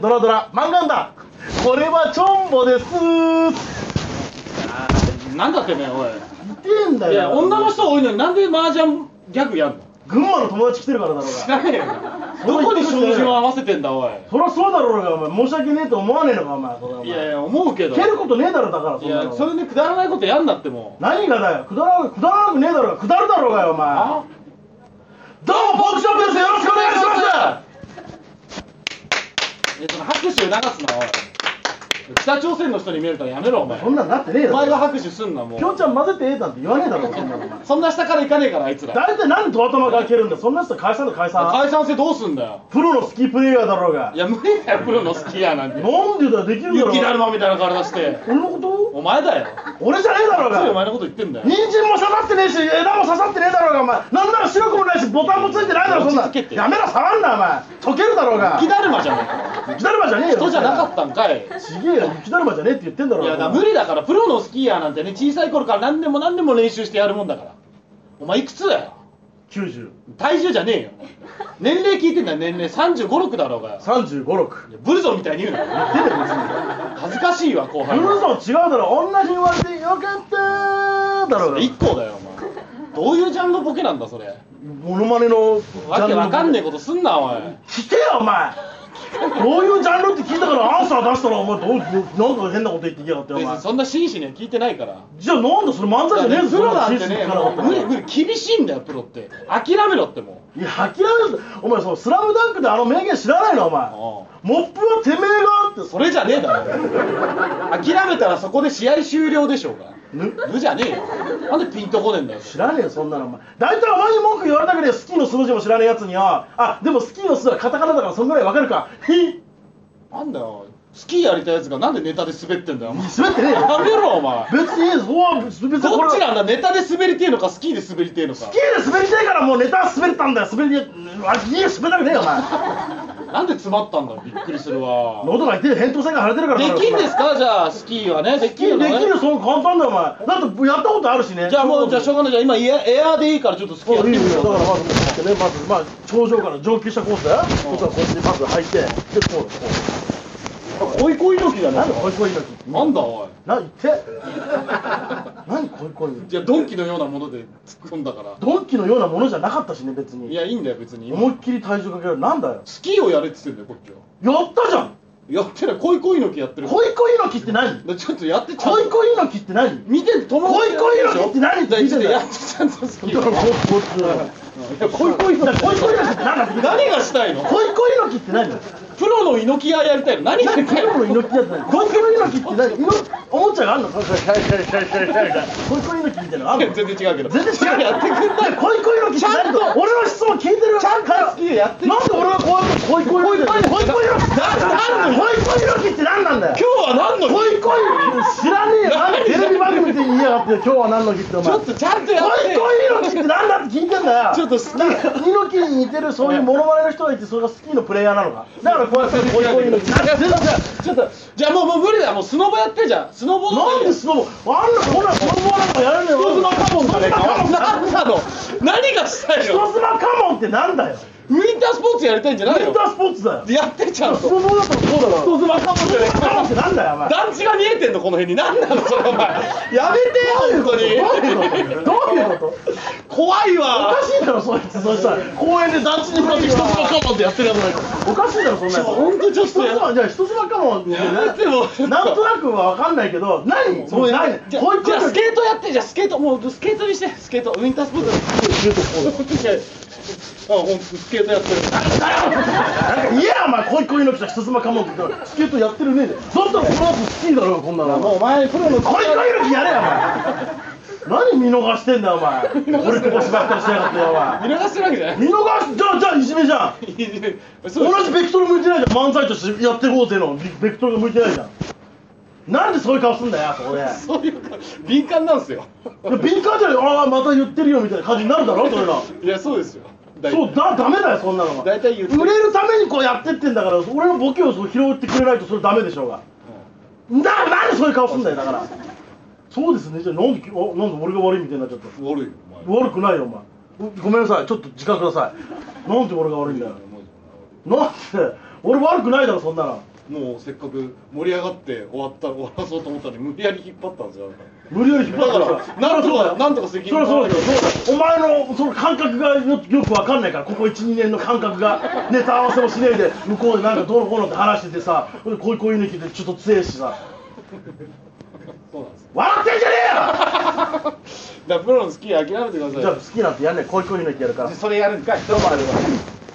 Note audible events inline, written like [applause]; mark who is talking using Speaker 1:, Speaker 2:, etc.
Speaker 1: ドラドラ漫画だこれはチョンボです
Speaker 2: なんだってねおい
Speaker 1: 見てんだよ
Speaker 2: いや女の人多いのになんで麻雀ギャグやんの
Speaker 1: 群馬の友達来てるからだろう
Speaker 2: 知
Speaker 1: が
Speaker 2: らねえよどこに照準を合わせてんだおい
Speaker 1: そりゃそうだろうがお前申し訳ねえと思わねえのかお前それお前
Speaker 2: いやいや思うけど
Speaker 1: 蹴ることねえだろだからそ
Speaker 2: い
Speaker 1: んな
Speaker 2: や
Speaker 1: の
Speaker 2: それでくだらないことやんなってもう
Speaker 1: 何がだよくだらなくだらなくねえだろうがくだるだろうがよお前
Speaker 2: あ
Speaker 1: どうもポークショップですよろしくお願いします
Speaker 2: えその拍手流すなおい北朝鮮の人に見えるからやめろお前
Speaker 1: そんなんなってねえだ
Speaker 2: お
Speaker 1: ろ
Speaker 2: 前が拍手すんなも
Speaker 1: ピョ
Speaker 2: う
Speaker 1: ンちゃん混ぜてええなんて言わねえだろそんなのお前
Speaker 2: そんな下から行かねえからあいつら
Speaker 1: 大体何でトアトマが蹴るんだよそんな人解散だ解散
Speaker 2: 解散してどうすんだよ
Speaker 1: プロのスキープレイヤーだろうが
Speaker 2: いや無理だよプロのスキーヤーなんて
Speaker 1: なんでだよできるだろ
Speaker 2: 雪だるまみたいな体して
Speaker 1: 俺のこと
Speaker 2: お前だよ
Speaker 1: 俺じゃねえだろう
Speaker 2: ついお前
Speaker 1: が
Speaker 2: のこと言ってんだよ
Speaker 1: 人参も刺さってねえし枝も刺さってねえだろうがお前なんなら白くもないしボタンもついてないだろそんな
Speaker 2: 落ち着けって
Speaker 1: やめろ触んなお前溶けるだろうが
Speaker 2: 雪だるまじゃねえか
Speaker 1: 雪だるまじゃねえよ
Speaker 2: 人じゃなかったんかい
Speaker 1: ちげえよ雪だるまじゃねえって言ってんだろ
Speaker 2: いうやだから無理だからプロのスキーヤーなんてね小さい頃から何年も何年も練習してやるもんだからお前いくつだよ
Speaker 1: 9035
Speaker 2: 体重じゃねえよ年齢聞いてんだよ年齢3 5 6だろうがよ
Speaker 1: 6
Speaker 2: いやブルゾンみたいに言うな
Speaker 1: 出てこいつに
Speaker 2: 恥ずかしいわ後
Speaker 1: ブ
Speaker 2: 輩
Speaker 1: ルーソン違うだろ同じ言われてよかっただろうが
Speaker 2: 一個だよお前どういうジャンルボケなんだそれ
Speaker 1: モノマネの
Speaker 2: わけわかんねえ
Speaker 1: え
Speaker 2: ことすんなおい
Speaker 1: 聞けよお前どういうジャンルって聞いたからアンサー出したらお前どうなんか変なこと言ってきやがってお
Speaker 2: 別
Speaker 1: 前
Speaker 2: にそんな真摯には聞いてないから
Speaker 1: じゃあなんだそれ漫才じゃねえぞ
Speaker 2: プロなんてね
Speaker 1: そな
Speaker 2: もう無理無
Speaker 1: い
Speaker 2: 理厳しいんだよプロって諦めろっても
Speaker 1: や諦めるお前そのスラムダンクであの名言知らないのお前モップはてめえがあって
Speaker 2: うそれじゃねえだろ諦めたらそこで試合終了でしょうが
Speaker 1: ぬ
Speaker 2: 無じゃねえよなんでピンとこねえんだよ
Speaker 1: 知らねえよそんなのお前大体お前に文句言われたけどスキーの数字も知らねえやつによあでもスキーの数はカタカナだからそんぐらいわかるかひっ
Speaker 2: なんだよスキーやりたいやつがなんでネタで滑ってんだよお前
Speaker 1: 滑ってねえ
Speaker 2: や
Speaker 1: よ
Speaker 2: めろお前
Speaker 1: 別にそうは別にこ
Speaker 2: ど
Speaker 1: れ
Speaker 2: っちなんだネタで滑りてえのかスキーで滑りてえのか
Speaker 1: スキーで滑りたいからもうネタは滑ったんだよ滑りあいいよ滑りたくねえよお前
Speaker 2: なんで詰まったんだよびっくりするわ
Speaker 1: 喉が痛い扁桃腺が腫れてるから
Speaker 2: [laughs] できんですかじゃあスキーはねで
Speaker 1: スキーできるよその簡単だよお前だってやったことあるしね
Speaker 2: じゃあもうじゃあしょうがないじゃあ今エアエアーでいいからちょっとスキーやって
Speaker 1: いい
Speaker 2: みる
Speaker 1: よだから
Speaker 2: よ
Speaker 1: まずこうやってねまずまあ頂上から上級したコースだよこっちはこっちにまず履いてでこうだこ
Speaker 2: こいこいの木だ
Speaker 1: う
Speaker 2: な
Speaker 1: 何こいこいの
Speaker 2: なんだおい
Speaker 1: 何言って何こいこいの
Speaker 2: じゃあドンキのようなもので突っ込んだから
Speaker 1: ドンキのようなものじゃなかったしね別
Speaker 2: い
Speaker 1: に
Speaker 2: やいいんだよ別に
Speaker 1: 思いっきり体重かけられるなんだよ
Speaker 2: スキーをやれっつってんだよこっちは
Speaker 1: やったじゃん
Speaker 2: やってないこいこいの木やってる
Speaker 1: こいこいの木って何
Speaker 2: だちょっとやってちゃんと
Speaker 1: こいこいの木って何
Speaker 2: 見てん友
Speaker 1: こいこいの木って何って
Speaker 2: だ
Speaker 1: 聞い
Speaker 2: 一
Speaker 1: てん
Speaker 2: 応
Speaker 1: だよ
Speaker 2: やってちゃんと好き
Speaker 1: だからここっちだよ
Speaker 2: いやこいこいの
Speaker 1: だからこいこいの木って何だって聞いてんだ
Speaker 2: 何
Speaker 1: よ
Speaker 2: がしたいの
Speaker 1: こいこいの木って何だよ
Speaker 2: [laughs] プロの猪木屋やりたいの何やり
Speaker 1: 何
Speaker 2: たい
Speaker 1: 黒
Speaker 2: の
Speaker 1: の猪木だって何こいこいの木って何猪おもちゃがあんのこいこいの木みたいなのあんの
Speaker 2: 全然違うけど
Speaker 1: 全然違う
Speaker 2: やってくんない
Speaker 1: こいこいの木って何だ俺の質問聞いてるちゃんと好きで
Speaker 2: やってる
Speaker 1: なんで俺がこうやってこいこいの木ってこいこいの木って何なんだよこいこいの木って何なんだよ
Speaker 2: 今日は何の
Speaker 1: こいこい知らねえよなんでテレビ番組で言いやがってよ今日は何の日ってお
Speaker 2: ち
Speaker 1: 前
Speaker 2: ょっとちゃんとや
Speaker 1: こ
Speaker 2: って
Speaker 1: いこい猪木ってなんだって聞いてんだよ
Speaker 2: ちょっと好き
Speaker 1: なんか猪木に似てるそういうモノマネの人がいてそれが好きのプレイヤーなのかだからこうやってこいこい猪木なんで
Speaker 2: ちょっとじゃあもうもう無理だもうスノボやってじゃんスノボ
Speaker 1: なんでスノボあんなこんなスノボなんかやるのよ
Speaker 2: 人妻カモンじゃねえか何なの何がしたいの
Speaker 1: 人妻カモンってなんだよ
Speaker 2: ウィンタースポーツやりたいんじゃ
Speaker 1: ウ
Speaker 2: ない
Speaker 1: ィ
Speaker 2: の
Speaker 1: ンタースポーツだよ
Speaker 2: やってちゃん
Speaker 1: ス
Speaker 2: と
Speaker 1: ノボだったらそうだろ
Speaker 2: 人妻カモンじゃねえ
Speaker 1: カモンってなんだよお前
Speaker 2: 団地が見えてんのこの辺に何なのそれお前やめてよ本当
Speaker 1: どう
Speaker 2: に
Speaker 1: いうことどういうこと
Speaker 2: 怖い
Speaker 1: お
Speaker 2: わ
Speaker 1: かしいだろそいつそしたら公園で団地に向かって人妻カモンってやってるやつなんかおかしいだろそんなやつ
Speaker 2: 本当ちょっと
Speaker 1: 人妻じゃあ人妻カモンって
Speaker 2: やめても
Speaker 1: なんとなくは分かんないけど何そ
Speaker 2: も
Speaker 1: の
Speaker 2: うや
Speaker 1: 何
Speaker 2: め
Speaker 1: こ
Speaker 2: じゃじゃあ
Speaker 1: ういうこと
Speaker 2: スケートやってじゃあスケートもうスケートにしてスケートウィンタースポーツじゃああ本当スケートやってる
Speaker 1: なんかいやお前こいこいの来た人妻かもって言ったらスケートやってるねえでだったらこの後スキーだろこんなの
Speaker 2: もうお前プロの
Speaker 1: こいこいの木やれよお前何見逃してんだよお前俺ここ縛ったりしやがってよお前
Speaker 2: 見逃してるわけじゃない
Speaker 1: 見逃しじゃあじゃあいじめじゃん
Speaker 2: そう
Speaker 1: 同じベクトル向いてないじゃん漫才としてやってこうぜのベベクトルが向いてないじゃんなんでそういう顔すんだよそこで
Speaker 2: そういうか敏感なんですよ
Speaker 1: いや敏感じゃないああまた言ってるよみたいな感じになるだろそれが
Speaker 2: いやそうですよ大
Speaker 1: そう
Speaker 2: 体
Speaker 1: だダメだよそんなのは
Speaker 2: 大体言って
Speaker 1: 売れるためにこうやってってんだから俺のボケをそう拾ってくれないとそれダメでしょうが、ななんでそういう顔すんだよだからそうですねじゃあなんできあなんで俺が悪いみたいになっちゃった
Speaker 2: 悪いよお前
Speaker 1: 悪くないよお前うごめんなさいちょっと時間くださいなんで俺が悪いんだよなんで俺悪くないだろそんなの
Speaker 2: もうせっかく盛り上がって終わった終わらそうと思ったのに無理やり引っ張ったんですよあなた
Speaker 1: 無理やり引っ張ったから
Speaker 2: なんとか
Speaker 1: そりゃそ
Speaker 2: なんとか責任
Speaker 1: うだよそりゃそうだよそうだよお前のその感覚がよよくわかんないからここ12年の感覚がネタ合わせもしねえで向こうでなんかどうのこうのって話しててさこういう抜きでちょっと強えしさ
Speaker 2: そうなんですよ
Speaker 1: 笑ってんじゃね
Speaker 2: だからプロのスキー諦めてください
Speaker 1: えよじゃあ好きなんてやんねえ恋恋抜きやるから
Speaker 2: それやるんかいどうもありがとうございます